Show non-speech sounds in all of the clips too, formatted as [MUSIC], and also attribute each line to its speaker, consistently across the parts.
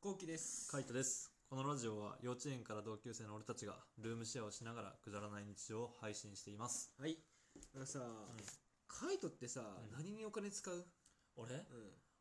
Speaker 1: こうきです。
Speaker 2: カイトです。このラジオは幼稚園から同級生の俺たちがルームシェアをしながらくだらない日常を配信しています。
Speaker 1: はい。あのさ、カイトってさ、
Speaker 2: ん
Speaker 1: 何にお金使う？
Speaker 2: 俺
Speaker 1: うん。うん。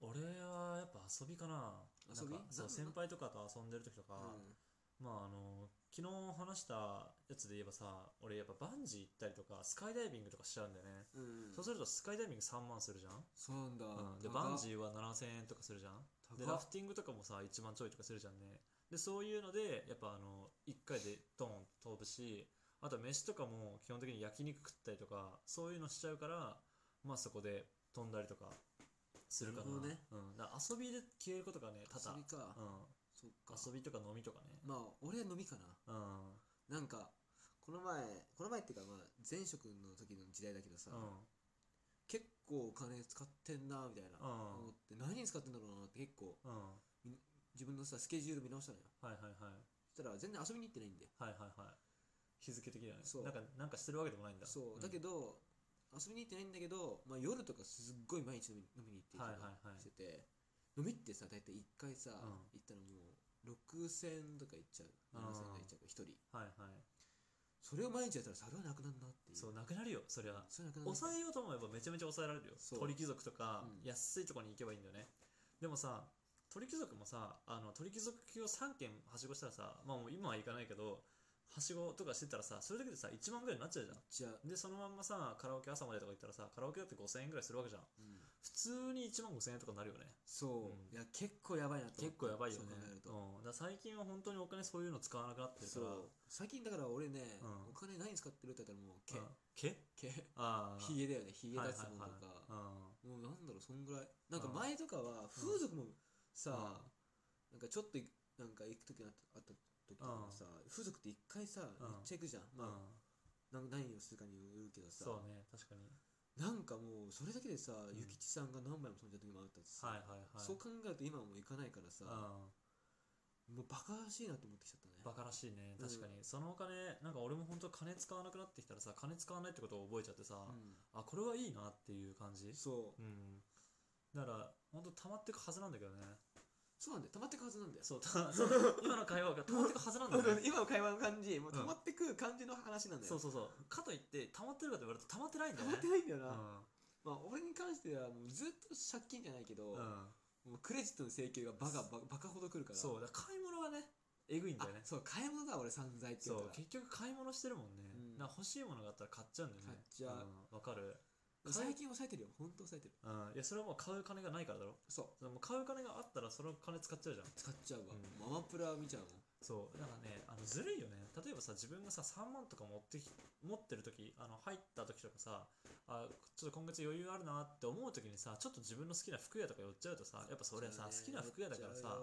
Speaker 2: 俺はやっぱ遊びかな。
Speaker 1: 遊び
Speaker 2: なんかそう、
Speaker 1: な
Speaker 2: 先輩とかと遊んでる時とか、まああの、昨日話したやつで言えばさ、俺やっぱバンジー行ったりとか、スカイダイビングとかしちゃうんだよね。
Speaker 1: うん。
Speaker 2: そうするとスカイダイビング3万するじゃん、
Speaker 1: そうなんだ。
Speaker 2: うん、で、
Speaker 1: 高っ
Speaker 2: バンジーは7000円とかするじゃんで
Speaker 1: 高
Speaker 2: ラ
Speaker 1: っ
Speaker 2: フティングとかもさ1万ちょいとかするじゃんねでそういうのでやっぱあの1回でドン飛ぶしあと飯とかも基本的に焼肉食ったりとかそういうのしちゃうからまあそこで飛んだりとかするかな
Speaker 1: なるほどね
Speaker 2: うん、だから遊びで消えることがね多
Speaker 1: 遊び
Speaker 2: 々
Speaker 1: か。
Speaker 2: う
Speaker 1: そっか。
Speaker 2: ん、遊びとか飲みとかね
Speaker 1: まあ俺は飲みかな。
Speaker 2: うん
Speaker 1: なんかこの前この前っていうかまあ前職の時の時代だけどさ、
Speaker 2: うん
Speaker 1: 結構お金使ってんなみたいな思っ
Speaker 2: うん
Speaker 1: て何に使ってんだろうなって結構
Speaker 2: うん
Speaker 1: 自分のさスケジュール見直したのよ。
Speaker 2: はいはいはい
Speaker 1: そしたら全然遊びに行ってないんだよ。
Speaker 2: はいはいはい日付的だよね
Speaker 1: そう
Speaker 2: なんかなんかしてるわけでもないんだ
Speaker 1: そう、
Speaker 2: ん
Speaker 1: だけど遊びに行ってないんだけど、まあ、夜とかすっごい毎日飲み飲みに行って
Speaker 2: はいはい
Speaker 1: とか
Speaker 2: はい
Speaker 1: してて、飲みってさ大体1回さ、
Speaker 2: ん
Speaker 1: 行ったらもう6000とか行っちゃう7000とか行っちゃう1人
Speaker 2: はいはい
Speaker 1: それを毎日やったらそれはなくなるなっていう
Speaker 2: そうなくなるよそりゃ
Speaker 1: それはなくなる
Speaker 2: 抑えようと思えばめちゃめちゃ抑えられるよ
Speaker 1: そう
Speaker 2: 鳥貴族とか
Speaker 1: うん
Speaker 2: 安いとこに行けばいいんだよね、でもさ鳥貴族もさあの鳥貴族級を3軒はしごしたらさまあもう今は行かないけどはしごとかしてたらさそれだけでさ1万ぐらいになっちゃうじゃ
Speaker 1: じゃあ、
Speaker 2: んでそのまんまさカラオケ朝までとか行ったらさカラオケだって5000円ぐらいするわけじゃん
Speaker 1: うん
Speaker 2: 普通に1万5000円とかになるよね
Speaker 1: そう、
Speaker 2: うん
Speaker 1: いや結構やばいなと思って
Speaker 2: 結構やばいよ
Speaker 1: そ
Speaker 2: ね
Speaker 1: う考えると、
Speaker 2: うん、だから最近は本当にお金そういうの使わなくなってるか
Speaker 1: そ
Speaker 2: ら
Speaker 1: う最近だから俺ね、
Speaker 2: う
Speaker 1: お
Speaker 2: ん
Speaker 1: 金何使ってるって言ったらもう毛、
Speaker 2: うん毛
Speaker 1: 毛
Speaker 2: ああ
Speaker 1: ひげだよねひげ
Speaker 2: はい
Speaker 1: 脱
Speaker 2: はい
Speaker 1: 毛とか、
Speaker 2: はいうん
Speaker 1: もうなんだろうそんぐらいなんか前とかは風俗もさ、なんかちょっといなんか行く時あったあった時とかもさ、風俗って一回さ、めっちゃ行くじゃん
Speaker 2: うん
Speaker 1: まあ、なん、何をするかによるけどさ
Speaker 2: そうね確かに
Speaker 1: なんかもうそれだけでさ
Speaker 2: ん
Speaker 1: 諭吉、さんが何枚も飛んじゃった時もあったしさ、
Speaker 2: はいはいはい
Speaker 1: そう考えると今はもう行かないからさ、
Speaker 2: う
Speaker 1: もうバカらしいなと思ってきちゃったね
Speaker 2: ん、バカらしいね確かに、そのお金なんか俺も本当金使わなくなってきたらさ金使わないってことを覚えちゃってさ、
Speaker 1: う
Speaker 2: あこれはいいなっていう感じ
Speaker 1: ん、そう
Speaker 2: うんだから本当溜まってくはずなんだけどね
Speaker 1: そうなんだよ溜まってくはずなんだよ
Speaker 2: そうた [LAUGHS] そう今の会話が溜まってくはずなんだよね
Speaker 1: 今の会話の感じもう
Speaker 2: うん
Speaker 1: 溜まってく感じの話なんだよ、
Speaker 2: そうそうそうかといって溜まってるかと言われると溜まってないんだ
Speaker 1: 溜
Speaker 2: よ
Speaker 1: ま
Speaker 2: ね
Speaker 1: ってないんだよな、
Speaker 2: う
Speaker 1: まあ俺に関してはもうずっと借金じゃないけど、
Speaker 2: ん、うん
Speaker 1: もうクレジットの請求がバカババカほど来るから
Speaker 2: そうだから買い物はねえぐいんだ
Speaker 1: あ
Speaker 2: よね
Speaker 1: そう買い物だ俺散財って
Speaker 2: そ
Speaker 1: 言う
Speaker 2: う
Speaker 1: から
Speaker 2: 結局買い物してるもんね、
Speaker 1: うん
Speaker 2: なんか欲しいものがあったら買っちゃうんだよね
Speaker 1: 買っちゃうん
Speaker 2: わかる
Speaker 1: でも最近抑えてるよ本当抑えてる
Speaker 2: うんいやそれはもう買う金がないからだろ
Speaker 1: そ
Speaker 2: そのもう買う金があったらその金使っちゃうじゃん
Speaker 1: う使っちゃうわ、
Speaker 2: うん
Speaker 1: ママプラ見ちゃうもん
Speaker 2: そうだからねあのずるいよね例えばさ自分がさ3万とか持ってき持ってる時あの入った時とかさあちょっと今月余裕あるなって思う時にさちょっと自分の好きな服屋とか寄っちゃうとさやっぱそれはさ好きな服屋だからさ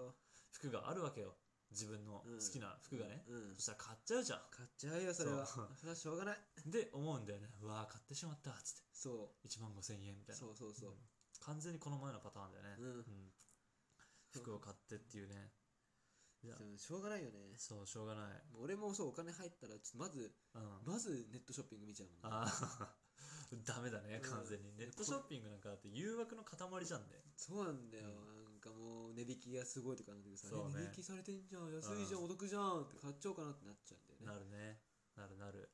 Speaker 2: 服があるわけよ自分の
Speaker 1: うん
Speaker 2: 好きな服がね、
Speaker 1: うんうん
Speaker 2: そしたら買っちゃうじゃ
Speaker 1: 買っちゃうよそれは
Speaker 2: そ
Speaker 1: そうれはしょうがない
Speaker 2: んで思うんだよねうわー買ってしまったっつって
Speaker 1: そ
Speaker 2: 1万5000円み
Speaker 1: う
Speaker 2: たいな
Speaker 1: そうそうそう、
Speaker 2: うん完全にこの前のパターンだよね、
Speaker 1: うん
Speaker 2: 服を買ってっていうねいや
Speaker 1: でもしょうがないよね
Speaker 2: そうしょうがない
Speaker 1: もう俺もそうお金入ったらちょっとまず
Speaker 2: うん
Speaker 1: まずネットショッピング見ちゃうもん、ね、
Speaker 2: ああ [LAUGHS] ダメだね
Speaker 1: うん
Speaker 2: 完全にネットショッピングなんかだって誘惑の塊じゃんね
Speaker 1: そうなんだよ、
Speaker 2: う
Speaker 1: なんかもう値引きがすごいとかなんだけどさ、
Speaker 2: そうね
Speaker 1: 値引きされてんじゃん安いじゃん、お得じゃんって買っちゃおうかなってなっちゃうんだよね
Speaker 2: なるねなるなる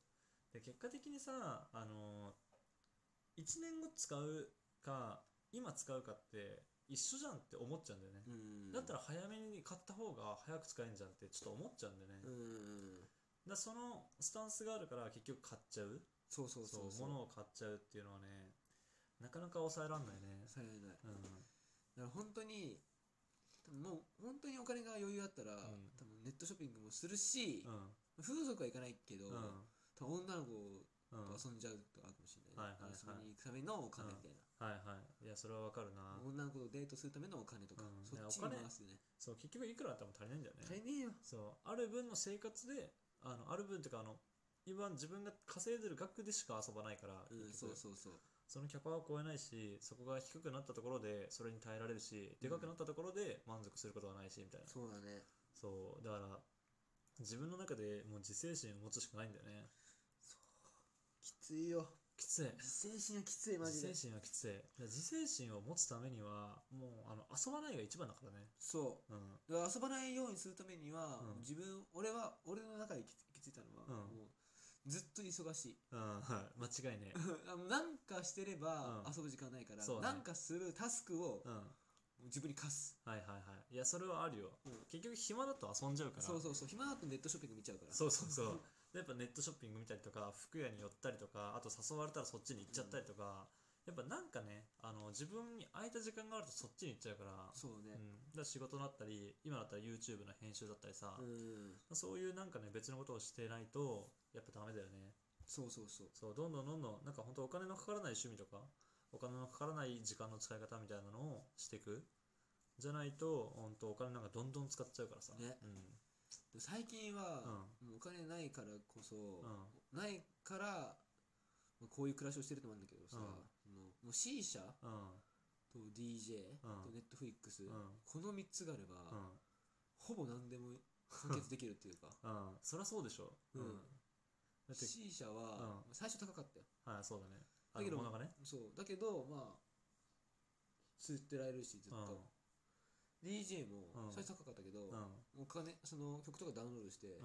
Speaker 2: で結果的にさあの1年後使うか今使うかって一緒じゃんって思っちゃうんだよね、
Speaker 1: うん
Speaker 2: だったら早めに買った方が早く使えんじゃんってちょっと思っちゃうんだよね、
Speaker 1: う
Speaker 2: だか
Speaker 1: ん
Speaker 2: らそのスタンスがあるから結局買っちゃう
Speaker 1: そうそう
Speaker 2: そ
Speaker 1: そううそう
Speaker 2: 物を買っちゃうっていうのはねなかなか抑えらんないね
Speaker 1: されないだか
Speaker 2: うん
Speaker 1: ら本当に多分もう本当にお金が余裕あったら、
Speaker 2: ん
Speaker 1: 多分ネットショッピングもするし、
Speaker 2: うん
Speaker 1: 風俗は行かないけど、
Speaker 2: うん
Speaker 1: 多分女の子
Speaker 2: うん
Speaker 1: と遊んじゃうとかあるかもしれ
Speaker 2: は
Speaker 1: ない
Speaker 2: い
Speaker 1: ね、
Speaker 2: はいは
Speaker 1: 遊
Speaker 2: い
Speaker 1: びに行くためのお金みたいな、
Speaker 2: はいはいいやそれはわかるな
Speaker 1: 女の子とデートするためのお金とか、
Speaker 2: うん
Speaker 1: そっち
Speaker 2: ねお
Speaker 1: に
Speaker 2: 金
Speaker 1: 回すよね
Speaker 2: そう結局いくらあっても足りないんだよね
Speaker 1: 足りねえよ
Speaker 2: そうある分の生活であのある分というかあの今自分が稼いでる額でしか遊ばないから、
Speaker 1: うん
Speaker 2: 結
Speaker 1: そう
Speaker 2: 局
Speaker 1: そうそう
Speaker 2: そのキャパは超えないしそこが低くなったところでそれに耐えられるしでかくなったところで満足することはないしみたいな、
Speaker 1: そうだね
Speaker 2: そうだから自分の中でもう自制心を持つしかないんだよね
Speaker 1: きついよ
Speaker 2: きつい
Speaker 1: 自制心はきついマジ
Speaker 2: 自
Speaker 1: で
Speaker 2: 制心はきついだから自制心を持つためにはもうあの遊ばないが一番だからね
Speaker 1: そ
Speaker 2: うん
Speaker 1: うだから遊ばないようにするためには、
Speaker 2: うん
Speaker 1: 自分俺は俺の中で行き行き着いたのは、
Speaker 2: うん
Speaker 1: もうずっと忙しい
Speaker 2: うんはい間違いねえ
Speaker 1: あのなんかしてれば
Speaker 2: うん
Speaker 1: 遊ぶ時間ないから、
Speaker 2: そうね
Speaker 1: なんかするタスクを
Speaker 2: うん
Speaker 1: 自分に課す、
Speaker 2: はいはいはいいやそれはあるよ
Speaker 1: うん
Speaker 2: 結局暇だと遊んじゃうから
Speaker 1: そうそうそう暇だとネットショッピング見ちゃうから
Speaker 2: そうそうそうでやっぱネットショッピング見たりとか服屋に寄ったりとかあと誘われたらそっちに行っちゃったりとか、やっぱなんかねあの自分に空いた時間があるとそっちに行っちゃうから
Speaker 1: そうね
Speaker 2: うん、だから仕事だったり今だったら YouTube の編集だったりさ、
Speaker 1: うん
Speaker 2: そういうなんかね別のことをしてないとやっぱダメだよね
Speaker 1: そうそうそう
Speaker 2: そうどんどんどんどんなんか本当お金のかからない趣味とかお金のかからない時間の使い方みたいなのをしていくじゃないと本当お金なんかどんどん使っちゃうからさ、
Speaker 1: ね
Speaker 2: う
Speaker 1: でも最近は、もうお金ないからこそ、
Speaker 2: んうん
Speaker 1: ないからまあこういう暮らしをしてると思うんだけどさ、
Speaker 2: うん
Speaker 1: あのもう C 社
Speaker 2: うん
Speaker 1: と DJ と
Speaker 2: うん
Speaker 1: Netflix、
Speaker 2: うん
Speaker 1: この3つがあれば、
Speaker 2: うん
Speaker 1: ほぼ何でも完結できるっていうか
Speaker 2: うん、そりゃそうでしょ。
Speaker 1: うん
Speaker 2: だって、
Speaker 1: C 社は、最初高かったよ
Speaker 2: はい、そうだね。あ
Speaker 1: だけ
Speaker 2: の、
Speaker 1: ど
Speaker 2: ものがね。
Speaker 1: そうだけどまあ吸ってられるしずっ
Speaker 2: うん、うん、
Speaker 1: と、DJ も
Speaker 2: うん
Speaker 1: 最初高かったけど、
Speaker 2: うん、
Speaker 1: お金その曲とかダウンロードして、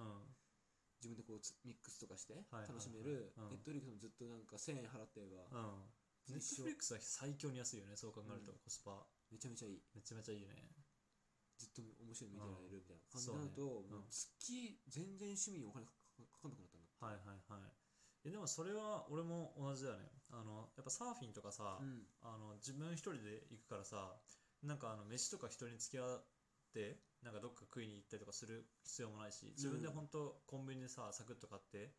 Speaker 1: 自分でこうつミックスとかして
Speaker 2: はいはいはい
Speaker 1: 楽しめる、
Speaker 2: うん
Speaker 1: Netflix もずっとなんか1000円払ってれば、
Speaker 2: うん。ネッ
Speaker 1: 一緒
Speaker 2: トフリックスは最強に安いよね、そう考えると、
Speaker 1: うん
Speaker 2: コスパ。
Speaker 1: めちゃめちゃいい
Speaker 2: めちゃめちゃいいよね。
Speaker 1: ずっと面白いの見てられるみたいな感じ
Speaker 2: そう
Speaker 1: にな
Speaker 2: ね
Speaker 1: ると、
Speaker 2: ん
Speaker 1: もう月全然趣味にお金かかかかんなくなったんだ
Speaker 2: はいはいはい。えでもそれは俺も同じだよね。あの、やっぱサーフィンとかさ、
Speaker 1: うん
Speaker 2: あの自分一人で行くからさ、なんかあの飯とか人に付き合って、なんかどっか食いに行ったりとかする必要もないし、自分で
Speaker 1: うん
Speaker 2: 本当コンビニでさ、サクッと買って、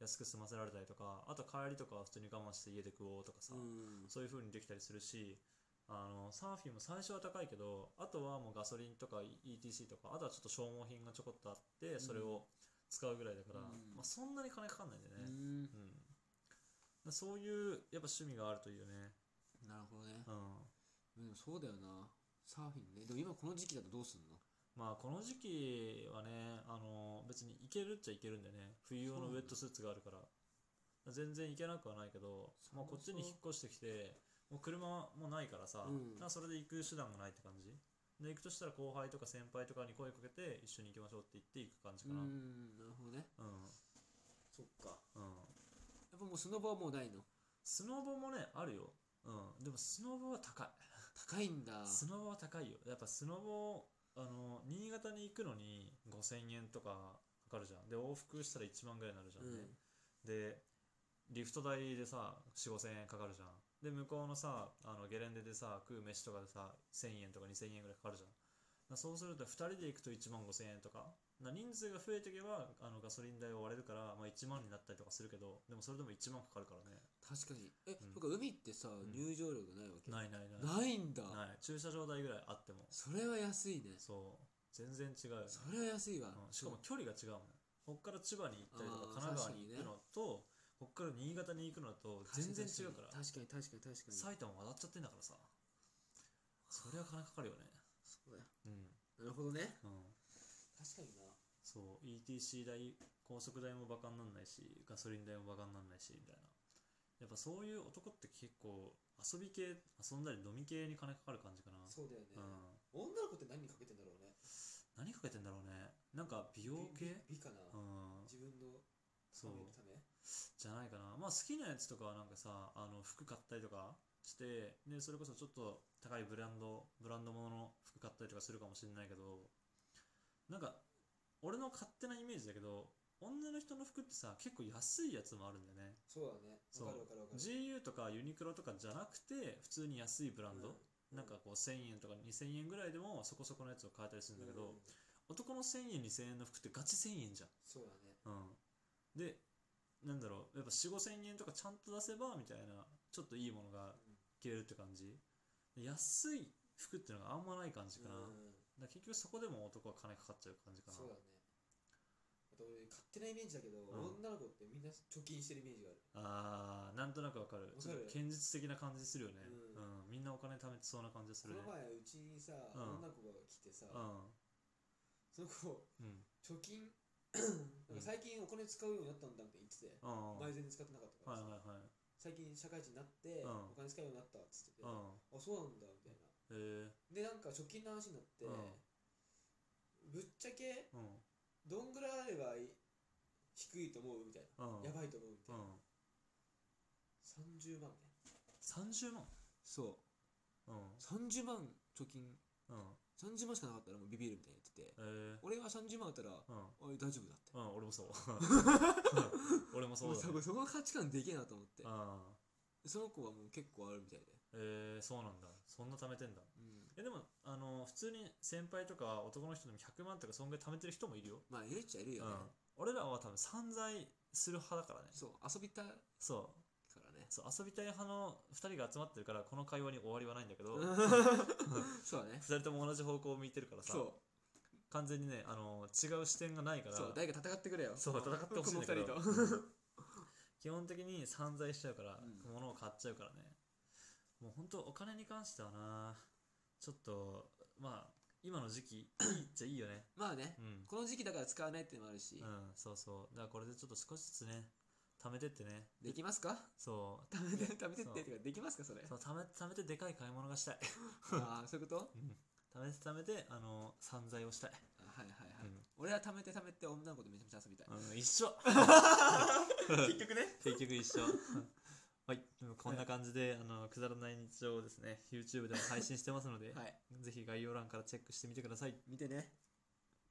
Speaker 2: 安く済ませられたりとか、あと帰りとかは普通に我慢して家で食おうとかさ、
Speaker 1: うん
Speaker 2: そういう風にできたりするし、あの、サーフィンも最初は高いけど、あとはもうガソリンとか ETC とか、あとはちょっと消耗品がちょこっとあって、それを使うぐらいだから、
Speaker 1: うん
Speaker 2: まあそんなに金かかんないんだよ
Speaker 1: う
Speaker 2: ね。
Speaker 1: ん
Speaker 2: うん。そういう、やっぱ趣味があるといいよね。
Speaker 1: なるほどね
Speaker 2: うん。
Speaker 1: でもそうだよなサーフィンねでも今この時期だとどうすんの
Speaker 2: まあこの時期はね、あの、別に行けるっちゃ行けるんだよね。冬用のウェットスーツがあるから。全然行けなくはないけど、まあこっちに引っ越してきて、もう車もないからさ、
Speaker 1: うん
Speaker 2: だからそれで行く手段がないって感じ。で、行くとしたら後輩とか先輩とかに声かけて、一緒に行きましょうって言って行く感じ
Speaker 1: う
Speaker 2: かな。うん。
Speaker 1: んなるほどね
Speaker 2: う
Speaker 1: そっか
Speaker 2: ん。
Speaker 1: やっぱもうスノボはもうないの
Speaker 2: スノボもね、あるよ。うん。でもスノボは高い。
Speaker 1: 高いんだ
Speaker 2: スノボは高いよ。やっぱスノボ、あの、新潟に行くのに5000円とかかかるじゃん。で、往復したら1万ぐらいになるじゃんね。で、リフト代でさ、4、5000円かかるじゃん。で、向こうのさ、あのゲレンデでさ、食う飯とかでさ、1000円とか2000円ぐらいかかるじゃん。だそうすると、2人で行くと1万5000円とか。な人数が増えていけば、あのガソリン代を割れるから、まあ、1万になったりとかするけど、でもそれでも1万かかるからね。
Speaker 1: 確かにえ、
Speaker 2: うん
Speaker 1: そっか海ってさ
Speaker 2: ん
Speaker 1: 入場料がないわけ、
Speaker 2: ないないな
Speaker 1: ない
Speaker 2: い。
Speaker 1: んだ
Speaker 2: ない駐車場代ぐらいあっても。
Speaker 1: それは安いね
Speaker 2: そう。全然違うよね。
Speaker 1: それは安いわ、
Speaker 2: うんしかも距離が違うもん。こっから千葉に行ったりとか、
Speaker 1: あー
Speaker 2: 神奈川に行くのと、こっから新潟に行くのと全然違うから。
Speaker 1: 確かに確かに確かに確かに
Speaker 2: 埼玉渡っちゃってんだからさ。それは金かかるよね。
Speaker 1: そうだよ
Speaker 2: うん。
Speaker 1: なるほどね
Speaker 2: うん。
Speaker 1: 確かにな
Speaker 2: そう。ETC 代、高速代もバカになんないし、ガソリン代もバカになんないし、みたいな。やっぱそういう男って結構遊び系、遊んだり飲み系に金かかる感じかな。
Speaker 1: そうだよね、
Speaker 2: うん。
Speaker 1: 女の子って何にかけてんだろうね
Speaker 2: 何かけてんだろうね。なんか美容系
Speaker 1: 美美かな、
Speaker 2: うん。
Speaker 1: 自分の
Speaker 2: そう。
Speaker 1: 髪のため
Speaker 2: じゃないかな。まあ好きなやつとかはなんかさ、あの服買ったりとかして、ね、それこそちょっと高いブランド、ブランドものの服買ったりとかするかもしれないけど、なんか、俺の勝手なイメージだけど、女の人の服ってさ、結構安いやつもあるんだよね。
Speaker 1: そうだね
Speaker 2: そう
Speaker 1: わかるわかるわかる
Speaker 2: GU とかユニクロとかじゃなくて、普通に安いブラン
Speaker 1: うん
Speaker 2: ド、なんかこう1000円とか2000円ぐらいでもそこそこのやつを買えたりするんだけ
Speaker 1: うん
Speaker 2: ど、男の1000円2000円の服ってガチ1000円じゃん。
Speaker 1: そうだね
Speaker 2: うん、でなんだろうやっぱ4 5千円とかちゃんと出せばみたいなちょっといいものが着れるって感じ安い服ってのがあんまない感じかな、だ
Speaker 1: うん
Speaker 2: から結局そこでも男は金かかっちゃう感じかな
Speaker 1: そうだねあと俺勝手なイメージだけど、
Speaker 2: ん
Speaker 1: 女の子ってみんな貯金してるイメージがある
Speaker 2: あーなんとなくわかる
Speaker 1: わ
Speaker 2: ち
Speaker 1: か
Speaker 2: ょっ
Speaker 1: る
Speaker 2: と堅実的な感じするよね、
Speaker 1: う
Speaker 2: うんみんなお金貯めてそうな感じす
Speaker 1: こ
Speaker 2: るね
Speaker 1: の前うちにさ、
Speaker 2: ん
Speaker 1: 女の子が来てさ、
Speaker 2: うん
Speaker 1: その子
Speaker 2: うん
Speaker 1: 貯金なんか最近お金使うようになったんだって言ってて、
Speaker 2: うんは
Speaker 1: 前全
Speaker 2: い
Speaker 1: 然使ってなかった
Speaker 2: は
Speaker 1: か
Speaker 2: い
Speaker 1: らさ、
Speaker 2: はい
Speaker 1: 最近社会人になって、
Speaker 2: うん
Speaker 1: お金使うようになったっつってて、
Speaker 2: うん
Speaker 1: あそうなんだみたいな
Speaker 2: へえ
Speaker 1: でなんか直近の話になって、
Speaker 2: うん
Speaker 1: ぶっちゃけ
Speaker 2: うん
Speaker 1: どんぐらいあればい低いと思うみたいな、
Speaker 2: うん
Speaker 1: やばいと思うみたい
Speaker 2: う
Speaker 1: な、
Speaker 2: ん
Speaker 1: 30万ね
Speaker 2: 30万
Speaker 1: そ
Speaker 2: うん
Speaker 1: う30万貯金
Speaker 2: うん
Speaker 1: 30万しかなかったらもうビビるみたいに言ってて
Speaker 2: へえ
Speaker 1: 俺は30万あったら
Speaker 2: うん
Speaker 1: おい大丈夫だって
Speaker 2: うん俺
Speaker 1: [LAUGHS]
Speaker 2: もそう俺もそう
Speaker 1: もう
Speaker 2: だ
Speaker 1: さ
Speaker 2: ね
Speaker 1: もうそこの価値観でけえなと思って
Speaker 2: うん
Speaker 1: その子はもう結構あるみたいで、
Speaker 2: えー、そうなんだそんな貯めてんだ
Speaker 1: うん、
Speaker 2: えでもあの普通に先輩とか男の人でも100万とかそんぐらい貯めてる人もいるよ、
Speaker 1: まあいるっちゃいる
Speaker 2: う
Speaker 1: よ
Speaker 2: ん
Speaker 1: ね、、
Speaker 2: 俺らは多分散財する派だからね
Speaker 1: そう遊びたいか
Speaker 2: そう
Speaker 1: らね
Speaker 2: そう遊びたい派の2人が集まってるからこの会話に終わりはないんだけど2
Speaker 1: [LAUGHS] そうだね
Speaker 2: 人とも同じ方向を向いてるからさ
Speaker 1: そ
Speaker 2: 完全にねあの違う視点がないか
Speaker 1: う
Speaker 2: ら
Speaker 1: そう誰か戦ってくれよ
Speaker 2: そう戦ってほしいんだけ
Speaker 1: こ
Speaker 2: ど
Speaker 1: の二
Speaker 2: う
Speaker 1: 人と [LAUGHS]
Speaker 2: ん基本的に散財しちゃうから、
Speaker 1: うん
Speaker 2: 物を買っちゃうからねもう本当お金に関してはなちょっとまあ今の時期いいっちゃいいよね
Speaker 1: まあね
Speaker 2: うん、
Speaker 1: この時期だから使わないっていうのもあるし、
Speaker 2: うん、そうそうだからこれでちょっと少しずつね貯めてってね
Speaker 1: できますか
Speaker 2: そう
Speaker 1: 貯めて貯めてっ
Speaker 2: そう
Speaker 1: てってかできますかそれ
Speaker 2: そう貯め貯めてでかい買い物がしたい、
Speaker 1: ああそういうこと
Speaker 2: うん、貯めて貯めてあの散財をしたい、
Speaker 1: あはいはいはい、
Speaker 2: うん
Speaker 1: 俺は貯めて貯めて女の子とめちゃめちゃ遊びたい、
Speaker 2: うん、
Speaker 1: [LAUGHS]
Speaker 2: 一緒
Speaker 1: 結局ね
Speaker 2: 結局一緒 [LAUGHS] はいでもこんな感じで、あのくだらない日常をですね YouTube でも配信してますので、
Speaker 1: はい
Speaker 2: ぜひ概要欄からチェックしてみてください
Speaker 1: 見てね